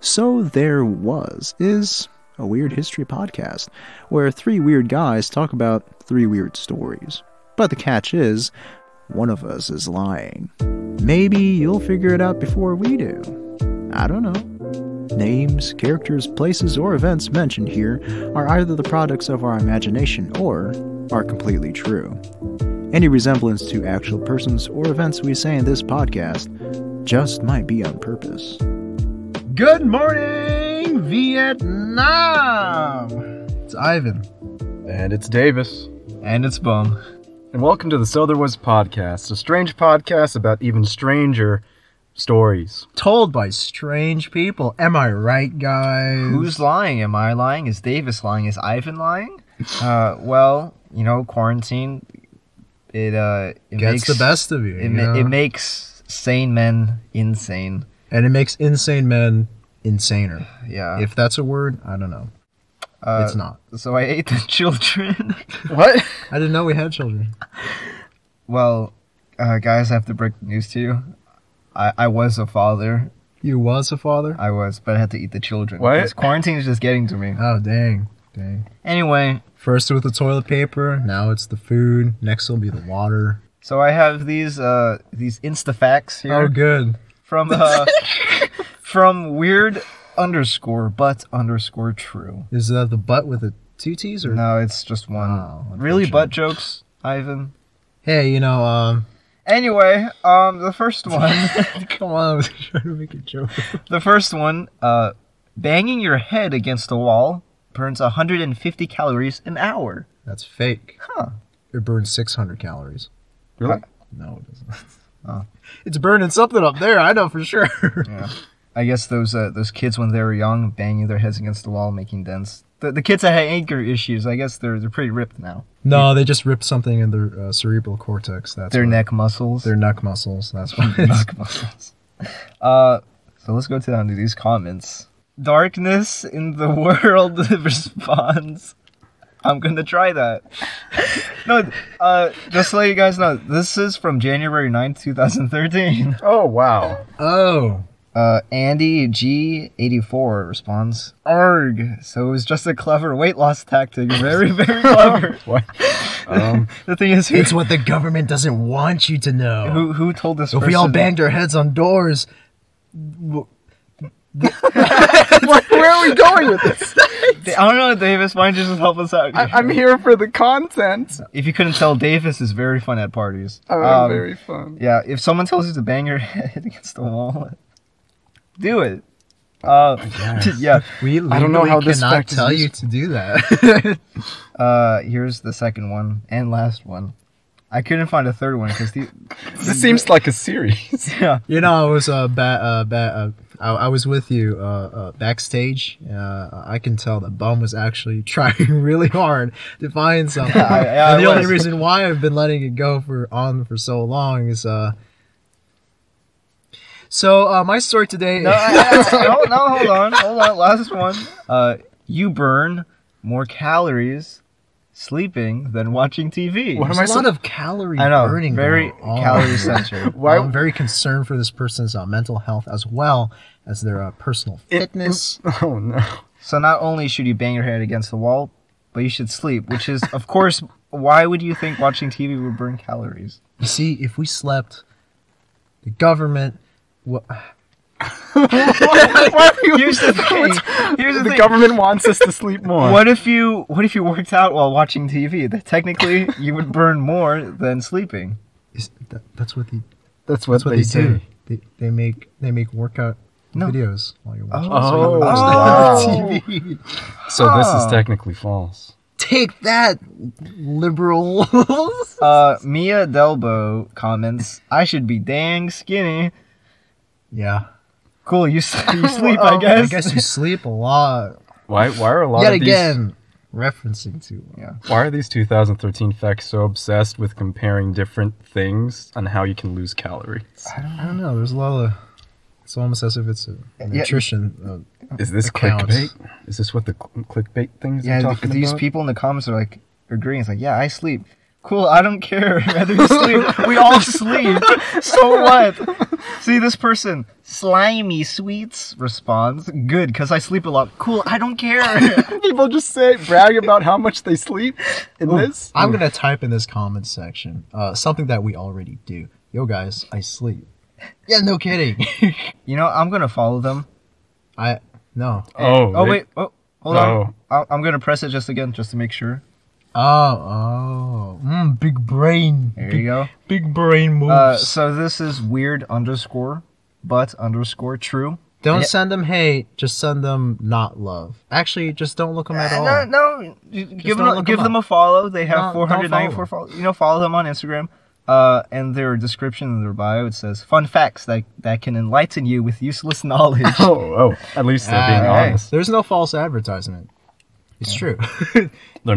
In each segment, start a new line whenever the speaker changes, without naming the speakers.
So There Was is a weird history podcast where three weird guys talk about three weird stories. But the catch is, one of us is lying. Maybe you'll figure it out before we do. I don't know. Names, characters, places, or events mentioned here are either the products of our imagination or are completely true. Any resemblance to actual persons or events we say in this podcast just might be on purpose. Good morning, Vietnam! It's Ivan.
And it's Davis.
And it's Bum.
And welcome to the So There Was podcast, a strange podcast about even stranger stories.
Told by strange people. Am I right, guys?
Who's lying? Am I lying? Is Davis lying? Is Ivan lying? Uh, well, you know, quarantine. It uh, it
gets
makes
the best of you?
It,
you
ma-
know?
it makes sane men insane.
and it makes insane men insaner.
Yeah.
If that's a word, I don't know.
uh,
it's not.
So I ate the children.
What?
I didn't know we had children.
well, uh, guys, I have to break the news to you. I, I was a father.
You was a father?
I was, but I had to eat the children.
What?
'cause Quarantine is just getting to me.
Oh, dang. Dang.
Anyway,
First with the toilet paper, now it's the food. Next will be the water.
so I have these uh these instafacts here.
Oh, good.
from uh, from weird underscore but underscore true.
Is that the butt with the two T's or?
No, it's just one.
Oh,
really
unfortunate.
butt jokes, Ivan.
Hey, you know, um,
Anyway, um, the first one,
come on, I was trying to make a joke.
the first one, uh, banging your head against a wall burns 150 calories an hour.
That's fake.
Huh.
It burns 600 calories.
Really?
No, it doesn't.
Oh.
It's burning something up there. I know for sure.
I guess those uh, those kids when they were young banging their heads against the wall, making dents. The, the kids that had anger issues, I guess they're they're pretty ripped now.
No, they just ripped something in their uh, cerebral cortex. That's
their
why-
neck muscles.
Their neck muscles. That's why. It's,
Uh, so let's go to down to these comments. Darkness in the world responds. I'm gonna try that. no, uh, just to let you guys know, this is from January 9th, 2013.
Oh, wow.
oh,
Uh, Andy G84 responds, Arg! So it was just a clever weight loss tactic. Very, very clever.
What? Um,
the thing is, who,
it's what the government doesn't want you to know.
who, who told this
if
person?
we all banged our heads on doors. w-
where are we going with this?
I don't know, Davis. Why don't you just help us out?
I, I'm here for the content.
If you couldn't tell, Davis is very fun at parties.
Oh,
Um,
very fun.
Yeah, if someone tells you to bang your head against the wall, do it. Uh, yeah.
We legally
I don't know how this
cannot
fact is
tell you
used.
to do that.
Uh, here's the second one and last one. I couldn't find a third one because the
This seems like a series.
yeah.
you know, I was uh, ba- uh, ba- uh I-, I was with you uh, uh backstage. Uh, I can tell that Bum was actually trying really hard to find something.
I- yeah,
and
I
the only
was.
reason why I've been letting it go for on for so long is uh. So uh, my story today.
No, I- I- no, no, hold on, hold on. Last one. Uh, you burn more calories sleeping than watching TV.
What am I
There's a lot
so-
of calorie
I know,
burning.
very
going on.
calorie censored.
Why?
Why-
I'm very concerned for this person's uh, mental health as well as their uh, personal fitness.
Oh, no.
So not only should you bang your head against the wall, but you should sleep, which is, of course, why would you think watching TV would burn calories?
You see, if we slept, the government. What?
Why are you-
Here's the thing. Here's the,
the
thing.
government wants us to sleep more.
What if you What if you worked out while watching TV? That technically you would burn more than sleeping.
Is, that, that's what they.
That's what,
That's what they,
they, say.
do. They, they make they make workout
No.
videos while you're watching.
Oh,
you
wow.
watch the TV.
So this is
Ah.
Oh.
technically false.
Take that, liberals.
Uh, Mia Delbo comments, "I should be dang skinny."
yeah,
Cool, you s- you sleep, I
I
guess.
guess you sleep a lot.
Why, why are a lot
Yet
of these...
again, referencing to uh,
Why are these 2013 facts so obsessed with comparing different things on how you can lose calories?
I don't know. There's a lot of. It's almost as if it's a nutrition. Uh,
Is this
Accounts.
clickbait? Is this what the cl- clickbait things are
Yeah,
talking
these
about?
people in the comments are like agreeing. It's like, yeah, I sleep. Cool, I don't care. Rather you sleep. We all sleep. So what? See this person, slimy sweets responds, good, cause I sleep a lot. Cool, I don't care.
People just say brag about how much they sleep in
Oh.
this.
I'm gonna type in this comment section uh, something that we already do. Yo, guys, I sleep. Yeah, no kidding.
You know, I'm gonna follow them.
I no.
Oh,
Oh
they-
wait, oh, hold
Oh.
on. I- I'm gonna press it just again, just to make sure.
Oh, oh, mm, big brain.
There
big,
you go.
Big brain moves.
Uh, so this is weird underscore, but underscore true.
don't
yeah.
send them hate. Just send them not love. Actually, just don't look them at all.
Uh, no, no. you- Give
don't
them,
look
give
them
them a follow. They have
No, don't follow
494 followers. You know, follow them on Instagram. Uh, and their description in their bio it says fun facts that that can enlighten you with useless knowledge.
Oh, oh. At least they're being
Ah, hey,
honest.
There's no false advertisement. It's true.
They're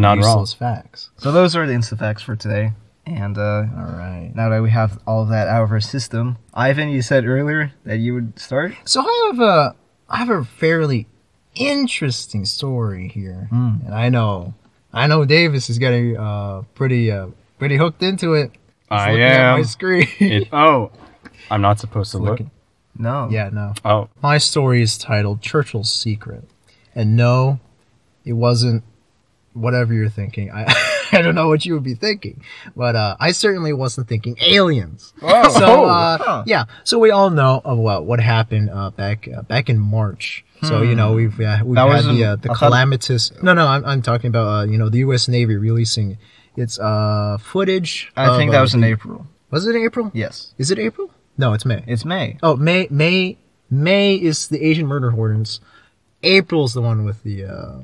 not wrong.
Useless facts.
so those are the insta facts for today. And uh,
All right.
now that we have all of that out of our system, Ivan, you said earlier that you would start.
So I have a I have a fairly interesting story here,
Hmm.
and I know I know Davis is getting uh pretty uh pretty hooked into it. He's
I
looking at my
am.
screen.
It- oh, I'm not supposed to look.
looking.
No.
yeah, no.
Oh,
My story is titled Churchill's Secret, and no, it wasn't whatever you're thinking. I I don't know what you would be thinking, but uh, I certainly wasn't thinking aliens. so uh,
Oh. Huh.
yeah, so we all know of what what happened uh, back uh, back in March. So you know we've uh, we've
Hmm. That
had
was in-
the uh, the
I thought-
calamitous. No, no, I'm, I'm talking about uh, you know the U.S. Navy releasing its uh footage.
I
of,
think that
uh,
was in April.
Was it April?
Yes.
Is it April? No, it's May.
It's May.
Oh, May May May is the Asian murder hornets. April's the one with the uh,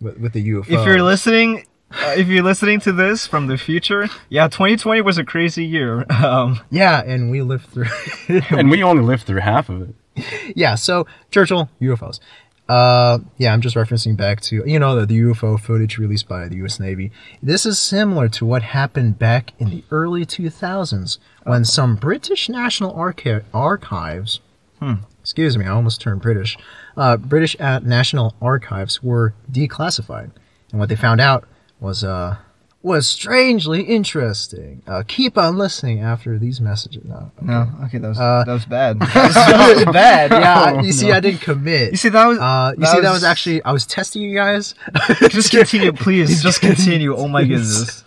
with, with the UFO.
If you're listening, uh, if you're listening to this from the future, yeah, 2020 was a crazy year. Um,
yeah, and we lived through. it.
and we only lived through half of it.
yeah, so Churchill UFOs. Uh, yeah, I'm just referencing back to you know the, the UFO footage released by the U.S. Navy. This is similar to what happened back in the early 2000s when some British National Archi- Archives hmm, excuse me, I almost turned British. Uh, British uh, National Archives were declassified, and what they found out was uh, was strangely interesting. Uh, keep on listening after these messages. No,
no, okay, that was
Uh,
that was bad. That was bad.
yeah, I- you see, I didn't commit.
You see, that was.
uh, you
that
see, that
was-
was actually I was testing you guys.
just continue, please. Just continue. Oh my goodness.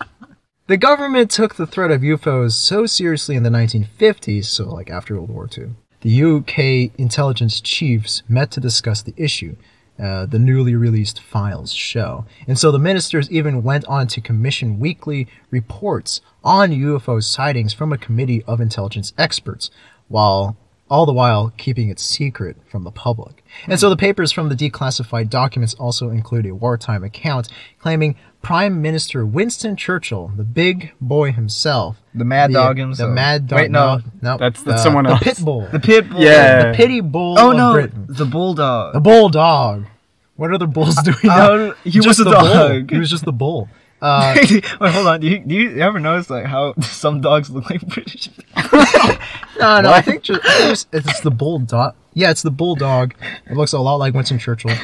The government took the threat of UFOs so seriously in the 1950s, so like after World War II, the UK intelligence chiefs met to discuss the issue. Uh, the newly released files show. And so the ministers even went on to commission weekly reports on UFO sightings from a committee of intelligence experts, while all the while keeping it secret from the public. And so the papers from the declassified documents also include a wartime account claiming Prime Minister Winston Churchill, the big boy himself,
The mad dog himself.
the mad dog,
Wait, no.
no, uh,
That's- that's
the-
someone else.
the pit bull,
The pit bull.
Yeah.
the pity bull
Oh
of
no,
Britain,
the
the
bulldog.
bulldog. What are the bulls doing? now?
Oh, he was
Just
a
the bull.
dog.
He was just the bull. Uh,
Wait, hold on. Do you, do you ever notice like how some dogs look like British?
No, no, I think just, I think it's, it's the bulldog. Yeah, it's the bulldog. It looks a lot like Winston Churchill.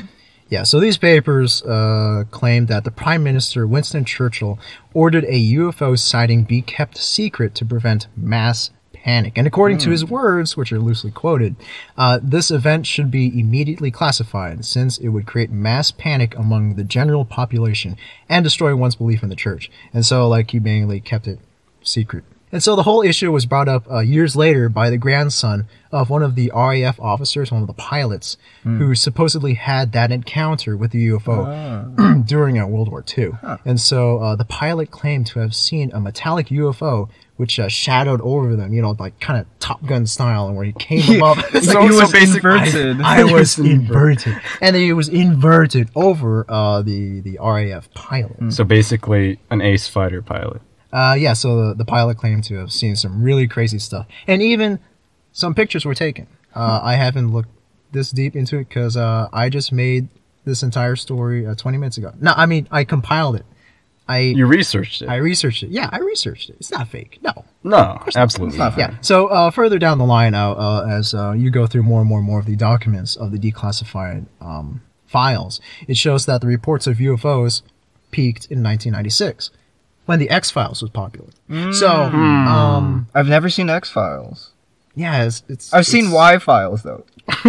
Yeah, so these papers uh, claim that the Prime Minister Winston Churchill ordered a UFO sighting be kept secret to prevent mass panic. And according to his words, which are loosely quoted, uh, this event should be immediately classified since it would create mass panic among the general population and destroy one's belief in the church. And so, like, he mainly kept it secret. And so the whole issue was brought up uh, years later by the grandson of one of the RAF officers, one of the pilots, who supposedly had that encounter with the UFO during uh, World War II. And so uh, the pilot claimed to have seen a metallic UFO which uh, shadowed over them, you know, like kind of Top Gun style, and where he came up. It's
So
like,
he
"You
was
basic-
inverted.
I was inverted, and then he was inverted over uh, the the RAF pilot.
So basically, an ace fighter pilot.
Uh, yeah, so the, the pilot claimed to have seen some really crazy stuff, and even some pictures were taken. Uh, I haven't looked this deep into it because uh, I just made this entire story uh, 20 minutes ago. No, I mean I compiled it. I
You researched it.
I researched it. Yeah, I researched it. It's not fake. No,
no, absolutely.
not
yeah. So uh, further down the line, uh, uh, as uh, you go through more and more and more of the documents of the declassified um, files, it shows that the reports of UFOs peaked in 1996. when the X Files was popular. So, um,
I've never seen X Files.
yeah, it's. it's
I've seen
it's-
Y Files though.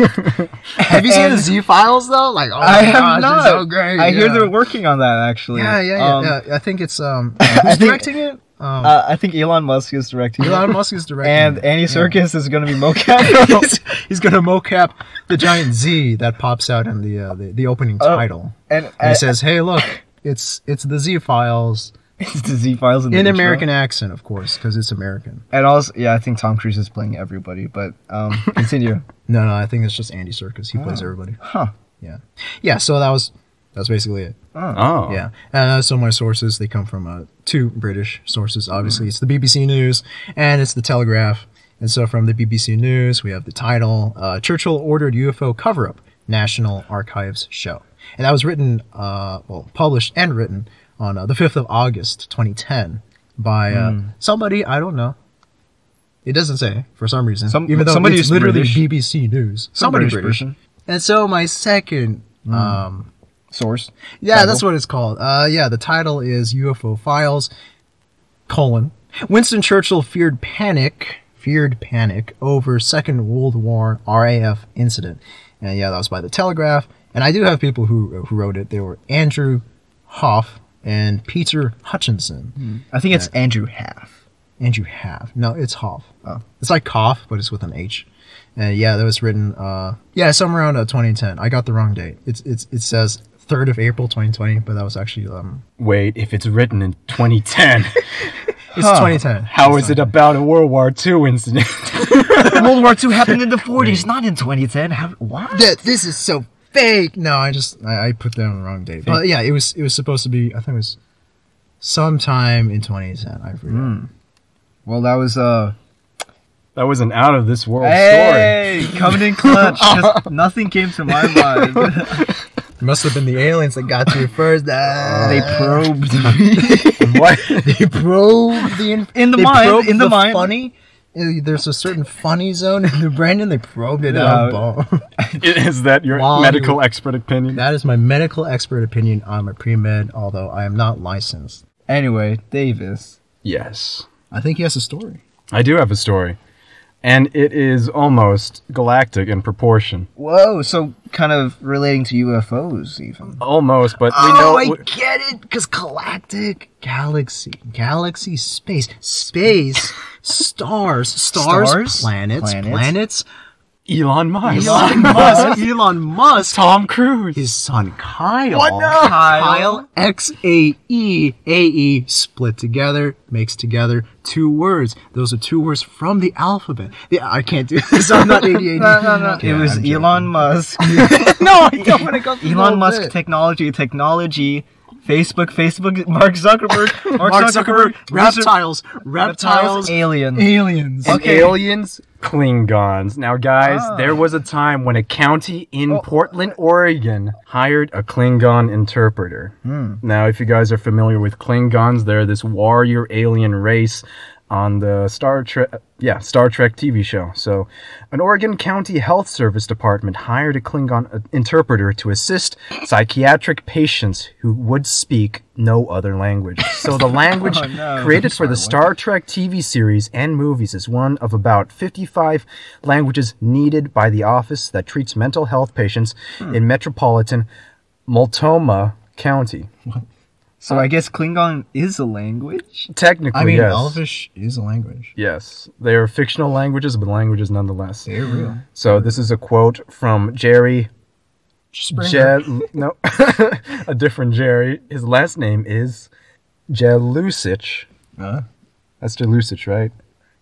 Have you seen the Z Files though? Like, oh my
I have
gosh, it's
not.
so great.
I hear
yeah.
they're working on that actually.
Yeah, yeah, yeah,
Um,
yeah. I think it's um. Who's
think-
directing it? Um,
Uh, I think Elon Musk is directing. it.
Elon Musk is directing.
and
it.
Annie
Yeah.
Circus is going to be mocap.
he's, he's gonna mocap the giant Z that pops out in the uh, the, the opening
Oh,
title.
and
And
I-
he says, "Hey, look, it's it's the Z Files
it's the Z Files in, the
in
intro.
American accent, of course, because it's American."
And also, yeah, I think Tom Cruise is playing everybody. But um, continue.
No, no, I think it's just Andy Serkis. He plays everybody.
huh.
Yeah, yeah. So that was that's basically it.
Oh.
Yeah. Uh, so my sources they come from uh, two British sources.
Mm-hmm.
Obviously, it's the BBC News and it's the Telegraph. And so from the BBC News, we have the title: uh, Churchill ordered UFO cover-up National Archives show, and that was written, uh, well, published and written on uh, the fifth of August, 2010, by uh,
Mm.
somebody I don't know. It doesn't say for some reason,
Some-
even though
somebody
it's
who's
literally
British.
BBC News. Somebody
British Mm.
British.
person.
And so my second um,
Source.
yeah,
title.
that's what it's called. Uh, yeah, the title is UFO Files: colon Winston Churchill feared panic feared panic over Second World War RAF incident, and yeah, that was by the Telegraph. And I do have people who who wrote it. They were Andrew Hoff and Peter Hutchinson.
I think it's Andrew Half.
Andrew Half. No, it's Hoff. It's like cough, but it's with an H. And yeah, that was written. Uh, yeah, somewhere around uh, 2010. I got the wrong date. It's it's it says third of April 2020, but that was actually um.
Wait, if it's written in 2010,
It's 2010.
how is it about a World War II incident?
World War II happened in the 40s, not in 2010. How, what?
Th- this is so fake. No, I just I, I put down the wrong date. But yeah, it was it was supposed to be. I think it was sometime in 2010. I forget.
Well, that was uh.
that was an out of this
Oh,
world
Hey, coming in clutch. 'cause nothing came to my mind.
It must have been the aliens that got to you first. Uh,
they probed me
story. What?
they probe the inf-
in the
they
mind.
probed
In the, mind.
funny. Uh, There's a certain funny zone in the brain, and they probed it out. bone.
Is that your
Wow,
medical expert opinion?
That is my medical expert opinion on my pre med, although I am not licensed.
Anyway, Davis.
yes.
I think he has a story.
I do have a story. And it is almost galactic in proportion.
Whoa. So kind of relating to UFOs, even.
Almost, but we
oh,
know.
I
we-
get it, because galactic, galaxy, galaxy, space, space, stars, stars,
Stars,
planets, planets,
planets.
Elon Musk.
Elon Musk, Elon Musk,
Tom Cruise.
his son Kyle,
Kyle.
Kyle X A E A E split together makes together two words. Those are two words from the alphabet. Yeah, I can't do this. I'm not ADHD.
No, no, no.
Yeah,
it was
I'm joking.
Elon Musk.
no, I don't want to go. through the whole
Elon Musk
bit.
technology, technology, Facebook, Facebook, Mark Zuckerberg, Mark,
Mark Zuckerberg,
Reser-
reptiles, reptiles,
reptiles, alien.
aliens.
And
Okay.
aliens, Klingons. Now, guys,
Oh.
there was a time when a county in Portland, Oregon, hired a Klingon interpreter.
Hmm.
Now, if you guys are familiar with Klingons, they're this warrior alien race on the Star Trek, yeah, Star Trek TV show. So, an Oregon County Health Service department hired a Klingon uh, interpreter to assist psychiatric patients who would speak no other language. So, the language
Oh, no.
created for the Star Trek TV series and movies is one of about 55 languages needed by the office that treats mental health patients in metropolitan Multnomah County.
So I guess Klingon is a language.
Technically,
I mean,
yes.
Elvish is a language.
Yes, they are fictional languages, but languages nonetheless.
They're real.
So this is a quote from Jerry. Jed, no, a different Jerry. His last name is Jelusic. That's Jelusic, right?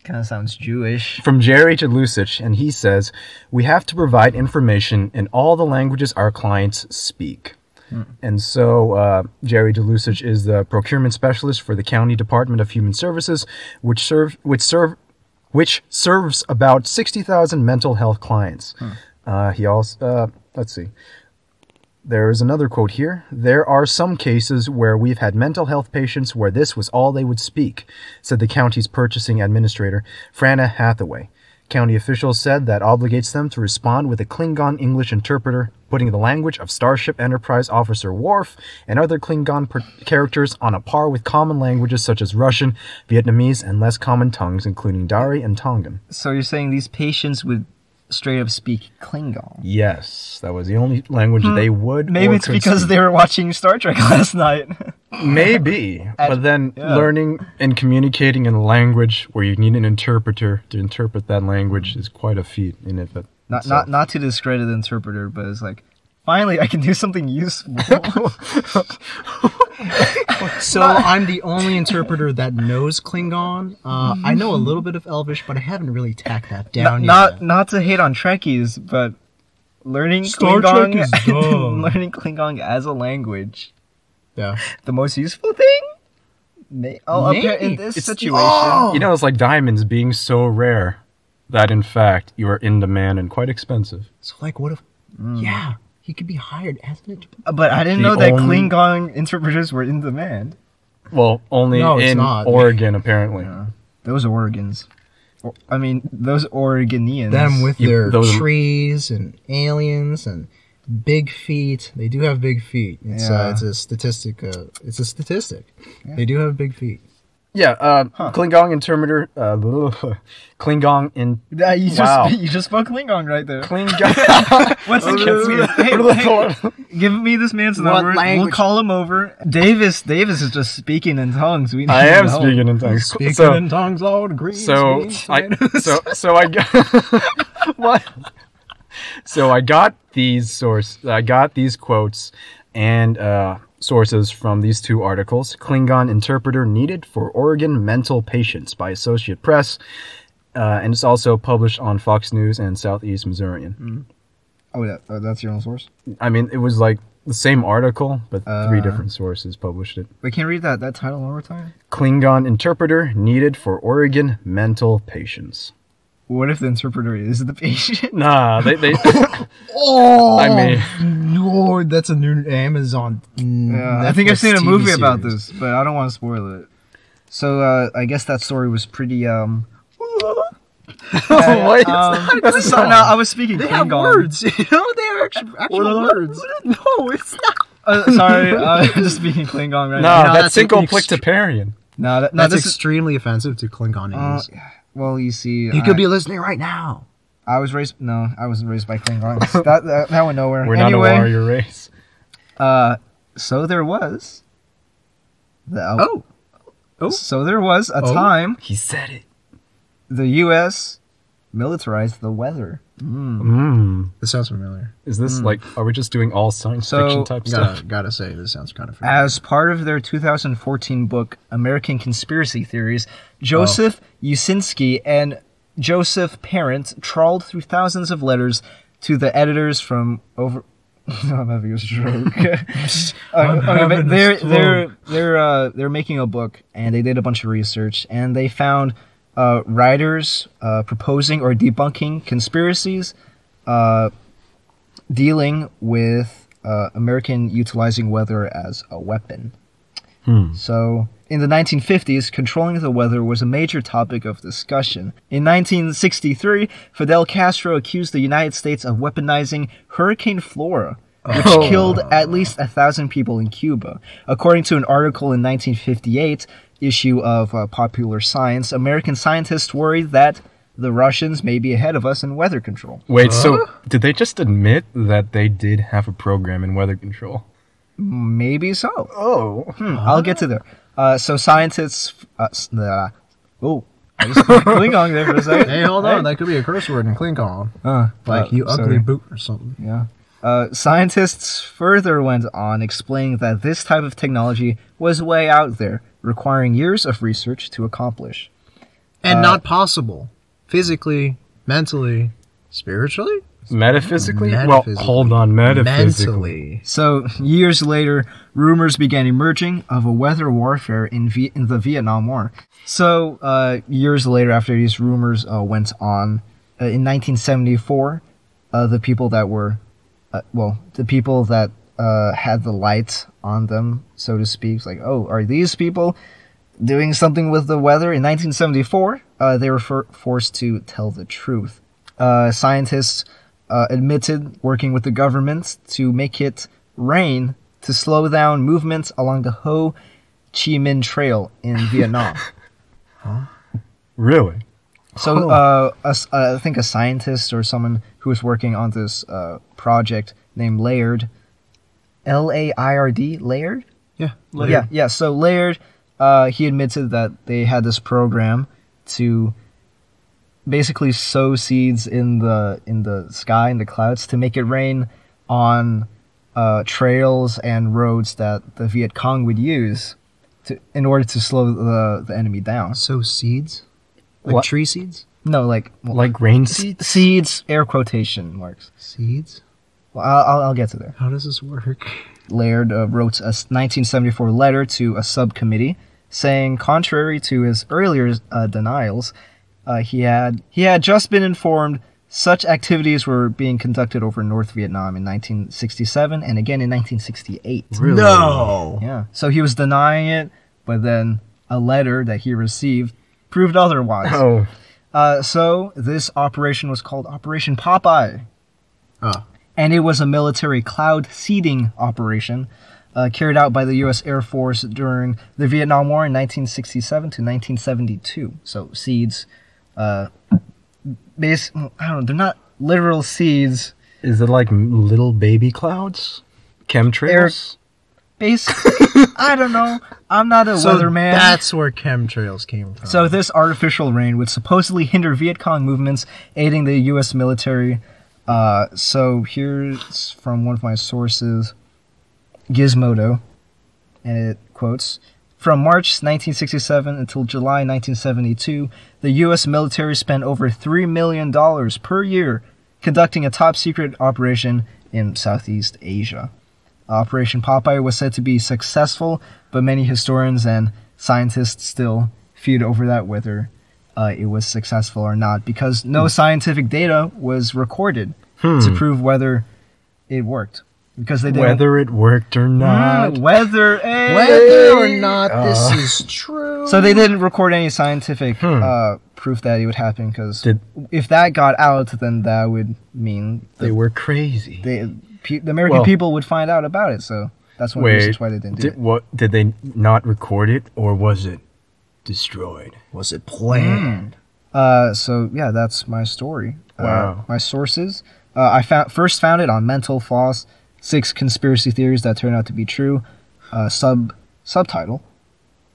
Kind of sounds Jewish.
From Jerry Jelusic, and he says, "We have to provide information in all the languages our clients speak." And so uh, Jerry Delusic is the procurement specialist for the County Department of Human Services, which serve which serve which serves about sixty thousand mental health clients. Uh, he also uh, let's see. There is another quote here. There are some cases where we've had mental health patients where this was all they would speak, said the county's purchasing administrator, Franna Hathaway. County officials said that obligates them to respond with a Klingon English interpreter putting the language of Starship Enterprise officer Worf and other Klingon per- characters on a par with common languages such as Russian, Vietnamese, and less common tongues, including Dari and Tongan.
So you're saying these patients would straight up speak Klingon?
Yes, that was the only language they would.
Hmm. Maybe
or
it's
could
because
speak.
they were watching Star Trek last night.
Maybe, but then learning and communicating in a language where you need an interpreter to interpret that language is quite a feat in it. But
not not not to discredit the interpreter, but it's like finally I can do something useful.
So I'm the only interpreter that knows Klingon. Uh, I know a little bit of Elvish, but I haven't really tacked that down
not,
yet.
not not to hate on Trekkies, but learning
Star Trek
Klingon
is dumb.
learning Klingon as a language,
Yeah.
the most useful thing. May- oh, appear- in this situation,
you know, it's like diamonds being so rare that in fact you are in demand and quite expensive.
So like, what if?
Mm.
Yeah, he could be hired as an interpreter.
but I didn't
The
know that
only-
Klingon interpreters were in demand.
Well, only
No, it's
in
not.
Oregon apparently.
Those Oregons, Or- I mean those Oregonians.
Them with
You-
their
those-
trees and aliens and big feet. They do have big feet. It's uh,
Yeah.
it's a statistic. Uh, it's a statistic. They do have big feet.
Yeah, uh, Klingon interpreter, uh, Klingon in
Yeah, you just
Wow.
you just spoke Klingon right there.
Klingon.
What's the kids? Hey, hey, give me this man's number. We'll
language?
call him over. Davis, Davis is just speaking in tongues. We
I
need
am
to know.
speaking in tongues.
Speaking
so,
in tongues, Lord green.
so I so so I got what? So I got these source. I got these quotes and uh, sources from these two articles. Klingon interpreter needed for Oregon mental patients by Associate Press, uh, and it's also published on Fox News and Southeast Missourian.
Oh, that, oh, that's your own source.
I mean, it was like the same article, but three different sources published it.
Wait, can you read that that title one more time?
Klingon interpreter needed for Oregon mental patients.
What if the interpreter is the patient?
Nah, they they.
oh,
I mean.
Lord, that's a new Amazon.
Yeah, I think I've seen a movie about this, but I don't want to spoil it. So uh, I guess that story was pretty. um...
What?
um so, no, I was speaking
They have
Klingon.
words, you know. They are actual, actual words. No, it's not.
Uh, sorry, uh, I'm just speaking Klingon right
No,
now.
that's
that's an
single
ext-
plictoparian.
No, that, no,
That's
this is.
extremely offensive to Klingon
Uh,
names.
well, you see,
he
I-
could be listening right now.
I was raised. No, I wasn't raised by Klingons. that, that that went nowhere.
We're
anyway,
not a warrior race.
Uh, so there was. The,
Oh. Oh.
So there was a
Oh.
time
He said it.
the U.S. militarized the weather.
Mm.
This sounds familiar.
Is this like? Are we just doing all science
So-
fiction type stuff?
Gotta, gotta say, this sounds kind of familiar.
As part of their 2014 book, American Conspiracy Theories, Joseph
Oh.
Usinski and Joseph Parent trawled through thousands of letters to the editors from over. I'm having a stroke. Uh, okay, but
having a
they're
stroke.
they're they're uh, they're making a book, and they did a bunch of research, and they found uh, writers uh, proposing or debunking conspiracies, uh, dealing with uh, American utilizing weather as a weapon. So, in the 1950s, controlling the weather was a major topic of discussion. In 1963, Fidel Castro accused the United States of weaponizing Hurricane Flora, which killed at least a thousand people in Cuba. According to an article in 1958 issue of uh, Popular Science, American scientists worried that the Russians may be ahead of us in weather control.
Wait, so did they just admit that they did have a program in weather control?
Maybe so.
Oh,
Hmm, I'll get to there. Uh, so scientists, uh, s- uh, oh, I just Klingon there for a second.
hey, hold on. That could be a curse word in Klingon.
Uh,
Like,
uh,
you ugly
sorry.
boot or something.
Yeah. Uh, scientists further went on explaining that this type of technology was way out there, requiring years of research to accomplish.
And not possible. Physically, mentally, spiritually?
metaphysically? Well,
Metaphysically.
hold on, metaphysically.
Mentally.
So years later, rumors began emerging of a weather warfare in v- in the Vietnam War. So uh, years later, after these rumors uh, went on, uh, in 1974, uh, the people that were, uh, well, the people that uh, had the light on them, so to speak, like, oh, are these people doing something with the weather? In 1974, uh, they were for- forced to tell the truth. Uh, scientists uh, admitted working with the government to make it rain to slow down movements along the Ho Chi Minh Trail in Vietnam.
Really?
So uh, a s- uh, I think a scientist or someone who was working on this uh, project named Laird, L A I R D, Laird.
Yeah.
Yeah, yeah. So Laird, uh, he admitted that they had this program to basically sow seeds in the in the sky in the clouds to make it rain on uh, trails and roads that the Viet Cong would use to, in order to slow the, the enemy down.
Sow seeds? Like
What?
tree seeds?
No, like well,
Like grain
se-
seed?
seeds, air quotation marks.
Seeds?
Well, I'll, I'll, I'll get to there.
How does this work?
Laird uh, wrote a s- 1974 letter to a subcommittee saying, contrary to his earlier uh, denials, uh, he had he had just been informed such activities were being conducted over North Vietnam in 1967 and again in 1968.
Really?
Yeah, so he was denying it, but then a letter that he received proved otherwise.
Oh,
Uh, so this operation was called Operation Popeye.
Ah.
And it was a military cloud seeding operation uh, carried out by the U.S. Air Force during the Vietnam War in 1967 to 1972. So seeds, uh, base, I don't know, they're not literal seeds.
is it like m- little baby clouds? Chemtrails?
Base, I don't know. I'm not a
So
weatherman.
that's where chemtrails came from.
So this artificial rain would supposedly hinder Viet Cong movements, aiding the U.S. military. Uh, so here's from one of my sources, Gizmodo, and it quotes. From March 1967 until July 1972, the U.S. military spent over $3 million per year conducting a top secret operation in Southeast Asia. Operation Popeye was said to be successful, but many historians and scientists still feud over that whether uh, it was successful or not because no
Hmm.
scientific data was recorded to prove whether it worked. Because they didn't.
Whether it worked or not.
Mm, whether, eh.
whether or not this is true.
So they didn't record any scientific uh, proof that it would happen because
Hmm. Did-
if that got out, then that would mean
They were crazy.
they, pe- the American
Well-
people would find out about it. So that's one of the reasons why they didn't do
did,
it.
what, did they not record it or was it destroyed?
was it planned?
Uh, so yeah, that's my story. Uh,
Wow.
my sources. Uh, I found first found it on Mental Floss: Six Conspiracy Theories That Turn Out to Be True. Uh, sub subtitle: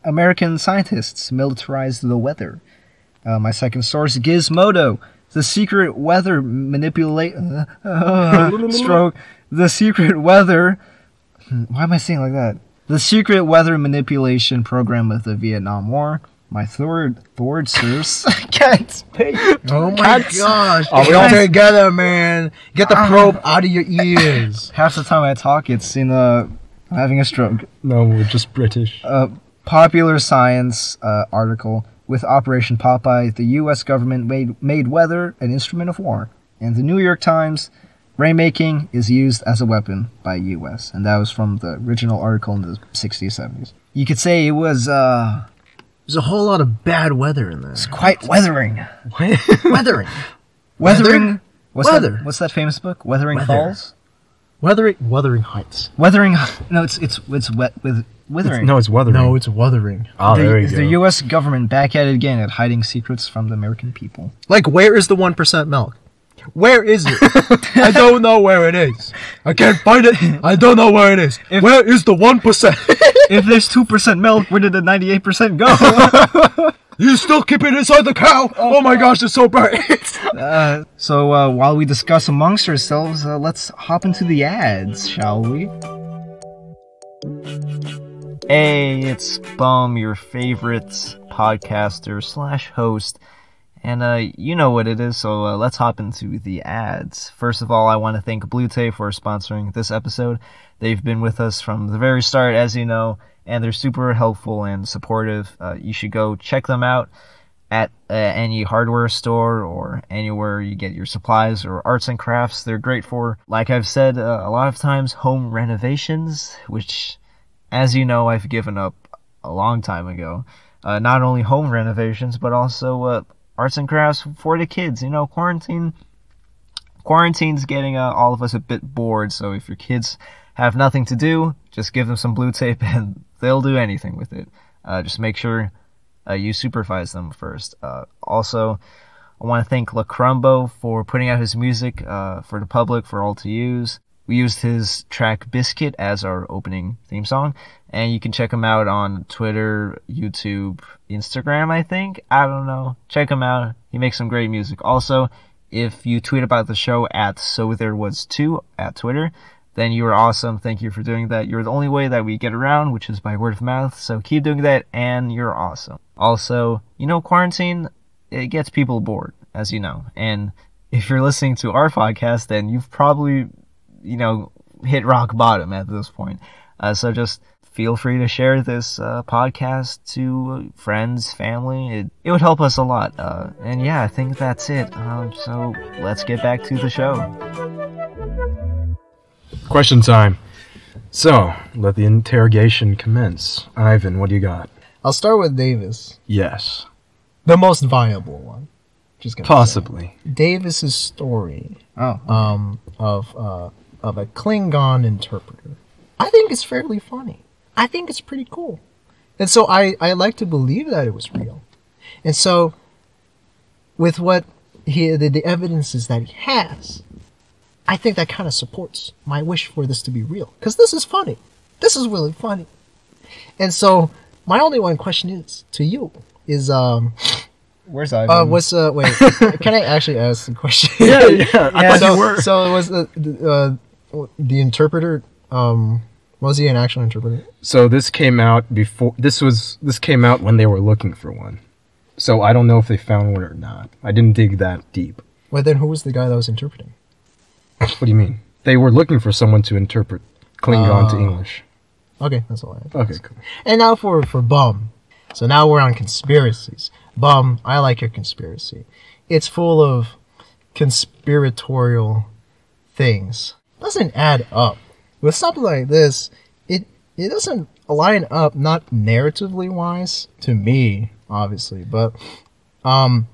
American scientists militarized the weather. Uh, my second source: Gizmodo: The secret weather manipulate uh, stroke. The secret weather. hmm, Why am I saying it like that? The secret weather manipulation program of the Vietnam War. My third third source. I can't speak.
Oh my gosh!
Are we
Get
all-
together, man. Get the probe out of your ears.
half the time I talk, it's in a I'm having a stroke.
No, we're just British.
A popular science uh, article with Operation Popeye, the U.S. government made made weather an instrument of war, and the New York Times, rainmaking is used as a weapon by U.S. and that was from the original article in the 60s, 70s. You could say it was uh,
There's a whole lot of bad weather in there.
quite weathering.
Uh,
Weathering.
Weathering. What's
Weather.
That, what's that famous book? Weathering
Weather.
Falls.
Weathering. Wuthering Heights.
Weathering. No, it's it's it's wet with withering.
no, it's weathering.
No, it's Wuthering.
oh,
the,
there you
is
go.
the U.S. government back at it again at hiding secrets from the American people?
Like, where is the one percent milk? Where is it? I don't know where it is. I can't find it. I don't know where it is.
If-
where is the one percent?
if there's two percent milk, where did the ninety-eight percent go?
you still keep it inside the cow? Oh, my gosh, it's so bright.
so uh, while we discuss amongst ourselves, uh, let's hop into the ads, shall we? Hey, it's Bum, your favorite podcaster slash host, and uh, you know what it is. So uh, let's hop into the ads. First of all, I want to thank Blue Tay for sponsoring this episode. They've been with us from the very start, as you know, and they're super helpful and supportive. Uh, you should go check them out at uh, any hardware store or anywhere you get your supplies or arts and crafts. They're great for, like I've said uh, a lot of times, home renovations, which, as you know, I've given up a long time ago. Uh, not only home renovations, but also uh, arts and crafts for the kids. You know, quarantine Quarantine's getting uh, all of us a bit bored, so if your kids have nothing to do, just give them some blue tape and they'll do anything with it. Uh, just make sure uh, you supervise them first. Uh, also, I want to thank LaCrumbo for putting out his music uh, for the public, for all to use. We used his track Biscuit as our opening theme song, and you can check him out on Twitter, YouTube, Instagram, I think. I don't know. Check him out. He makes some great music. Also, if you tweet about the show at So There Was 2 at Twitter, then you are awesome. Thank you for doing that. You're the only way that we get around, which is by word of mouth. So keep doing that, and you're awesome. Also, you know, quarantine, it gets people bored, as you know. And if you're listening to our podcast, then you've probably, you know, hit rock bottom at this point. Uh, so just feel free to share this uh, podcast to friends, family. It, it would help us a lot. Uh, and yeah, I think that's it. Um, so let's get back to the show.
Question time. So, let the interrogation commence. Ivan, what do you got?
I'll start with Davis,
Yes.
the most viable one. Just gonna say.
Possibly.
Davis's story
Oh.
um, of uh, of a Klingon interpreter. I think it's fairly funny. I think it's pretty cool, and so I I like to believe that it was real, and so with what he the, the evidences that he has, I think that kind of supports my wish for this to be real because this is funny. This is really funny, and so my only one question is to you is um
Where's Ivan?
uh what's uh wait can I actually ask the question
Mm. Yeah, yeah. I thought
so,
you were.
so it was the the, uh, the interpreter. Um, was he an actual interpreter?
So this came out before this was this came out when they were looking for one. So I don't know if they found one or not. I didn't dig that deep.
Well, then who was the guy that was interpreting?
What do you mean? They were looking for someone to interpret Klingon
Uh,
to English.
Okay, that's all I have.
Okay, cool.
And now for for bum. So now we're on conspiracies. Bum, I like your conspiracy. It's full of conspiratorial things. Doesn't add up. With something like this, it it doesn't line up not narratively wise to me, obviously, but um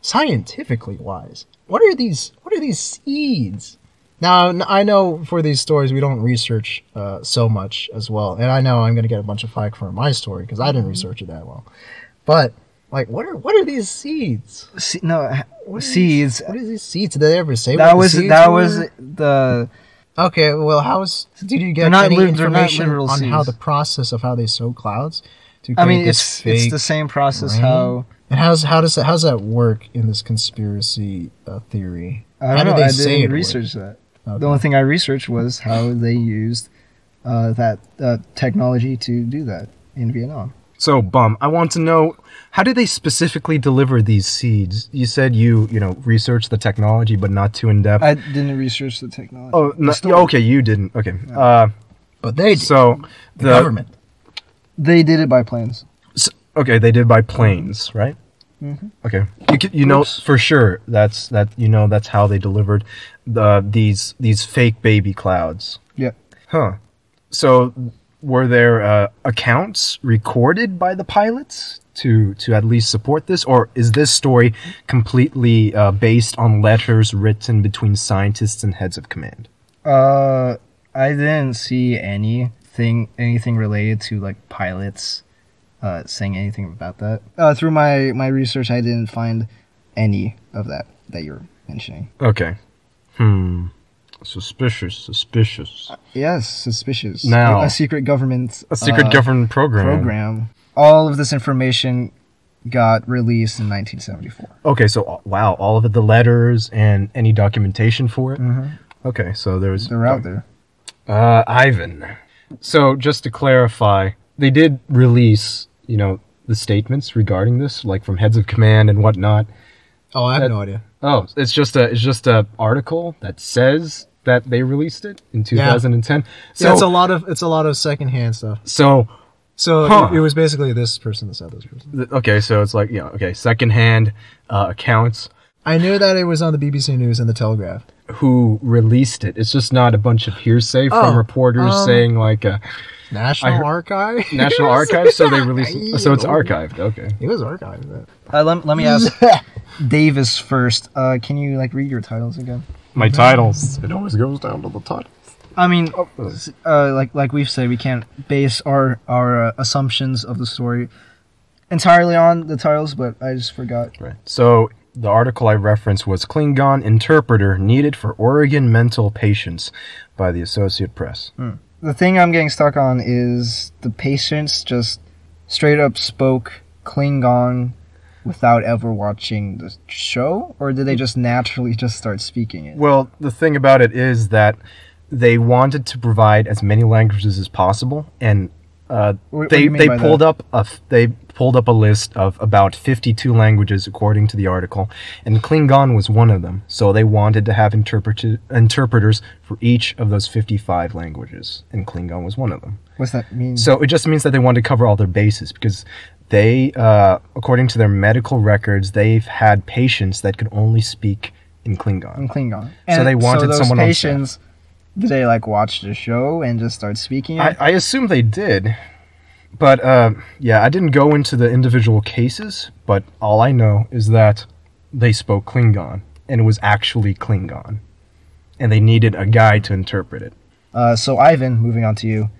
scientifically wise. What are these what are these seeds? Now, n- I know for these stories, we don't research uh, so much as well. And I know I'm going to get a bunch of flack for my story because I
Mm-hmm.
didn't research it that well. But, like, what are what are these seeds?
See, no,
What are
seeds.
These, what are these seeds? Did they ever say what
That
the
was
seeds
that
were?
was the
Okay, well, how's. Did you
They're
get
not
any
lit- they're not
information
literal
on how
seeds.
the process of how they sow clouds to create
I mean,
this
it's
fake.
it's the same process
rain?
how
and how's, how, does that, how's that work in this conspiracy uh, theory?
I
How
don't
do
know.
they
I
say it
didn't
works?
research that.
Okay.
The only thing I researched was how they used uh, that uh, technology to do that in Vietnam.
So bum, I want to know how did they specifically deliver these seeds? You said you, you know, researched the technology but not too in depth.
I didn't research the technology.
oh, no,
story.
okay, you didn't. Okay. Uh
But they do.
so
the government.
They did it by planes.
S okay, they did by planes, right?
Mm-hmm.
Okay, you c- you know for sure that's that you know that's how they delivered the these these fake baby clouds,
Yeah.
huh? So were there uh, accounts recorded by the pilots to to at least support this, or is this story completely uh, based on letters written between scientists and heads of command?
Uh, I didn't see anything anything related to like pilots uh, saying anything about that. Uh, through my my research, I didn't find any of that that you're mentioning.
Okay, hmm, suspicious, suspicious.
Yes, suspicious.
Now-
a, a secret government.
A secret
uh,
government program.
program. All of this information got released in 1974.
Okay, so uh, wow, all of it, the letters and any documentation for it.
Mm-hmm.
Okay, so there's
They're out there.
Uh, Ivan. So just to clarify, they did release, you know, the statements regarding this, like from heads of command and whatnot.
Oh, I have
That-
no idea.
Oh, it's just a it's just a article that says that they released it in 2010. So
yeah, it's a lot of it's a lot of secondhand stuff.
so
So it-
Huh.
it, was basically this person that said this person.
th- okay, so it's like you know, okay, secondhand uh, accounts
I knew that it was on the BBC News and the Telegraph.
who released it. It's just not a bunch of hearsay
Oh,
from reporters
um,
saying like. Uh,
National
I heard-
Archive.
National Archives, so they released. So it's archived. Okay.
It was archived. but-
Uh, let, let me ask Davis first. Uh, can you like read your titles again?
My titles. It always goes down to the title.
I mean,
Oh,
s- uh, like like we've said, we can't base our our uh, assumptions of the story entirely on the titles, but I just forgot.
Right. So the article I referenced was Klingon interpreter needed for Oregon mental patients by the Associate Press.
The thing I'm getting stuck on is the patients just straight up spoke Klingon without ever watching the show, or did they just naturally just start speaking it?
Well, the thing about it is that they wanted to provide as many languages as possible, and uh,
What- what do
they
you mean
they
by that?
pulled up a f- they pulled up a list of about 52 languages according to the article, and Klingon was one of them. So they wanted to have interpret- interpreters for each of those 55 languages, and Klingon was one of them.
What's that mean?
So it just means that they wanted to cover all their bases because they, uh, according to their medical records, they've had patients that could only speak in Klingon.
in Klingon.
they wanted
those
someone on
patients, Did they like watch the show and just start speaking?
I,
it?
I assume they did. But uh, yeah, I didn't go into the individual cases, but all I know is that they spoke Klingon, and it was actually Klingon. And they needed a guy to interpret it.
Uh, so Ivan, moving on to you.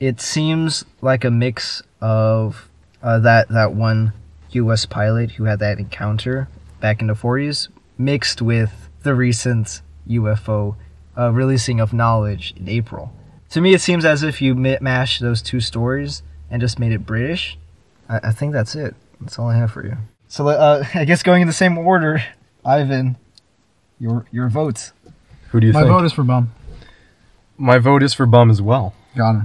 It seems like a mix of uh, that that one U.S. pilot who had that encounter back in the 40s, mixed with the recent UFO uh, releasing of knowledge in April. To me, it seems as if you mi- mashed those two stories and just made it British. I, I think that's it. That's all I have for you. So uh, I guess going in the same order, Ivan, your your votes.
Who do you
My
think?
vote is for Bum.
My vote is for Bum as well.
Got it.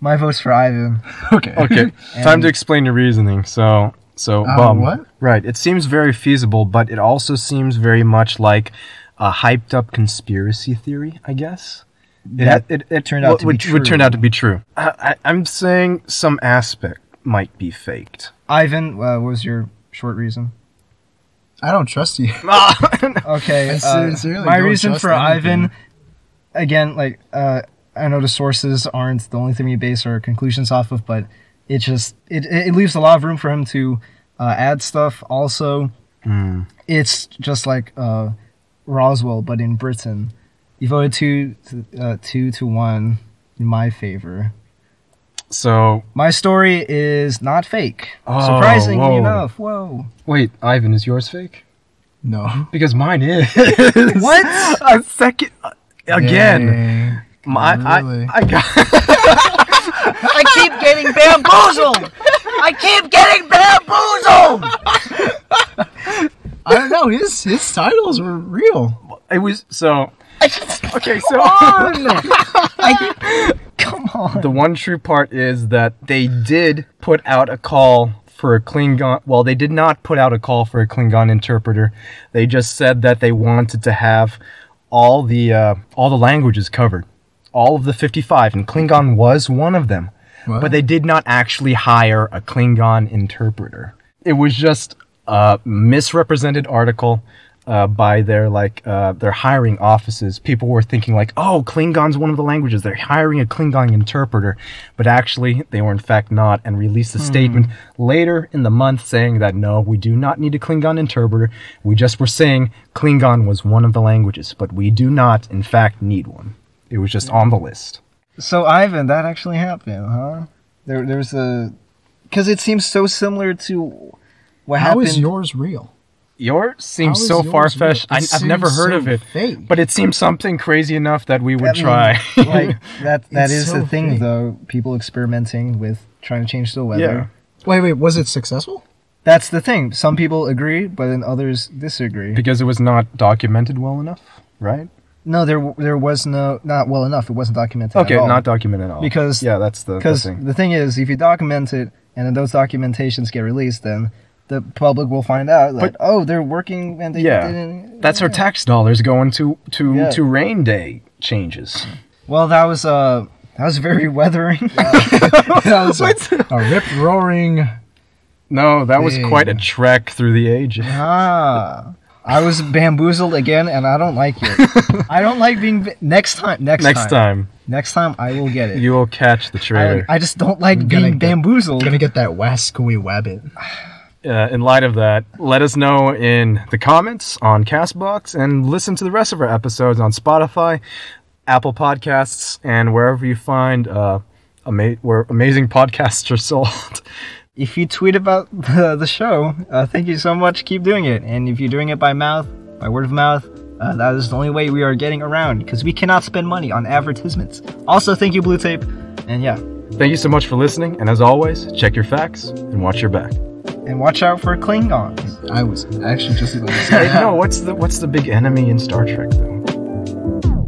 My vote's for Ivan.
Okay.
Okay, time to explain your reasoning. So, so
Uh,
bum.
what?
Right. It seems very feasible, but it also seems very much like a hyped up conspiracy theory. I guess it,
That
it, it
turned out
what
to be
would, would turn
true.
out to be true. I, I, I'm saying some aspect might be faked.
Ivan, uh, what was your short reason?
I don't trust you.
Okay,
I
uh,
sincerely
my
don't
reason
trust
for
anything.
Ivan, again, like uh, I know the sources aren't the only thing we base our conclusions off of, but it just it it it leaves a lot of room for him to uh, add stuff. Also,
Hmm.
it's just like uh, Roswell, but in Britain. You voted two to, uh, two to one in my favor.
So
My story is not fake.
Oh,
Surprisingly
whoa.
enough, whoa!
wait, Ivan, is yours fake?
No.
Because mine is. what? A second. uh, Again,
Dang.
my,
really?
I, I got.
I keep getting bamboozled. I keep getting bamboozled.
I don't know. His his titles were real.
It was so. Okay, so.
Come on.
The one true part is that they did put out a call for a Klingon. Well, they did not put out a call for a Klingon interpreter. They just said that they wanted to have all the uh, all the languages covered, all of the fifty-five, and Klingon was one of them. But they did not actually hire a Klingon interpreter. It was just a misrepresented article uh, by their like uh, their hiring offices. People were thinking like, "Oh, Klingon's one of the languages. They're hiring a Klingon interpreter," but actually they were in fact not, and released a statement later in the month saying that no, we do not need a Klingon interpreter. We just were saying Klingon was one of the languages, but we do not in fact need one. It was just on the list.
So Ivan, that actually happened, huh? There, there's a, because it seems so similar to what
How
happened.
is yours real?
Yours seems
How is
so
yours
far fetched.
real?
I've
It
never
seems
heard
so
of it,
fake.
but it seems something crazy enough that we would
I mean,
try.
like that. That
It's
is
so
the thing,
fake.
though. People experimenting with trying to change the weather.
Yeah.
Wait, wait. Was it successful?
That's the thing. Some people agree, but then others disagree.
because it was not documented well enough, right?
no, there there was no not well enough. It wasn't documented.
Okay,
at all.
not documented at all.
Because-
yeah, that's the, the
Because
thing.
the thing is, if you document it and then those documentations get released, then the public will find out like,
But-
oh, they're working and they
Yeah,
didn't.
that's our tax dollars going to to
Yeah.
to rain day changes.
Well, that was uh, that was very weathering.
that was a, a rip roaring.
No, that was
Dang.
quite a trek through the ages.
ah, I was bamboozled again, and I don't like it. I don't like being ba- next time. Next,
Next time
Next time, I will get it.
you will catch the
I,
trailer.
I just don't like
gonna
being
get-
bamboozled.
Gonna get that wascoey wabbit.
uh, in light of that, let us know in the comments on Castbox and listen to the rest of our episodes on Spotify, Apple Podcasts, and wherever you find uh, ama- where amazing podcasts are sold.
If you tweet about the, the show, uh, thank you so much. Keep doing it. And if you're doing it by mouth, by word of mouth, uh, that is the only way we are getting around because we cannot spend money on advertisements. Also, thank you, Blue Tape. And yeah,
Thank you so much for listening, and as always, check your facts and watch your back.
and watch out for Klingons.
I was actually just going to say
Hey, no, what's the what's the big enemy in Star Trek though?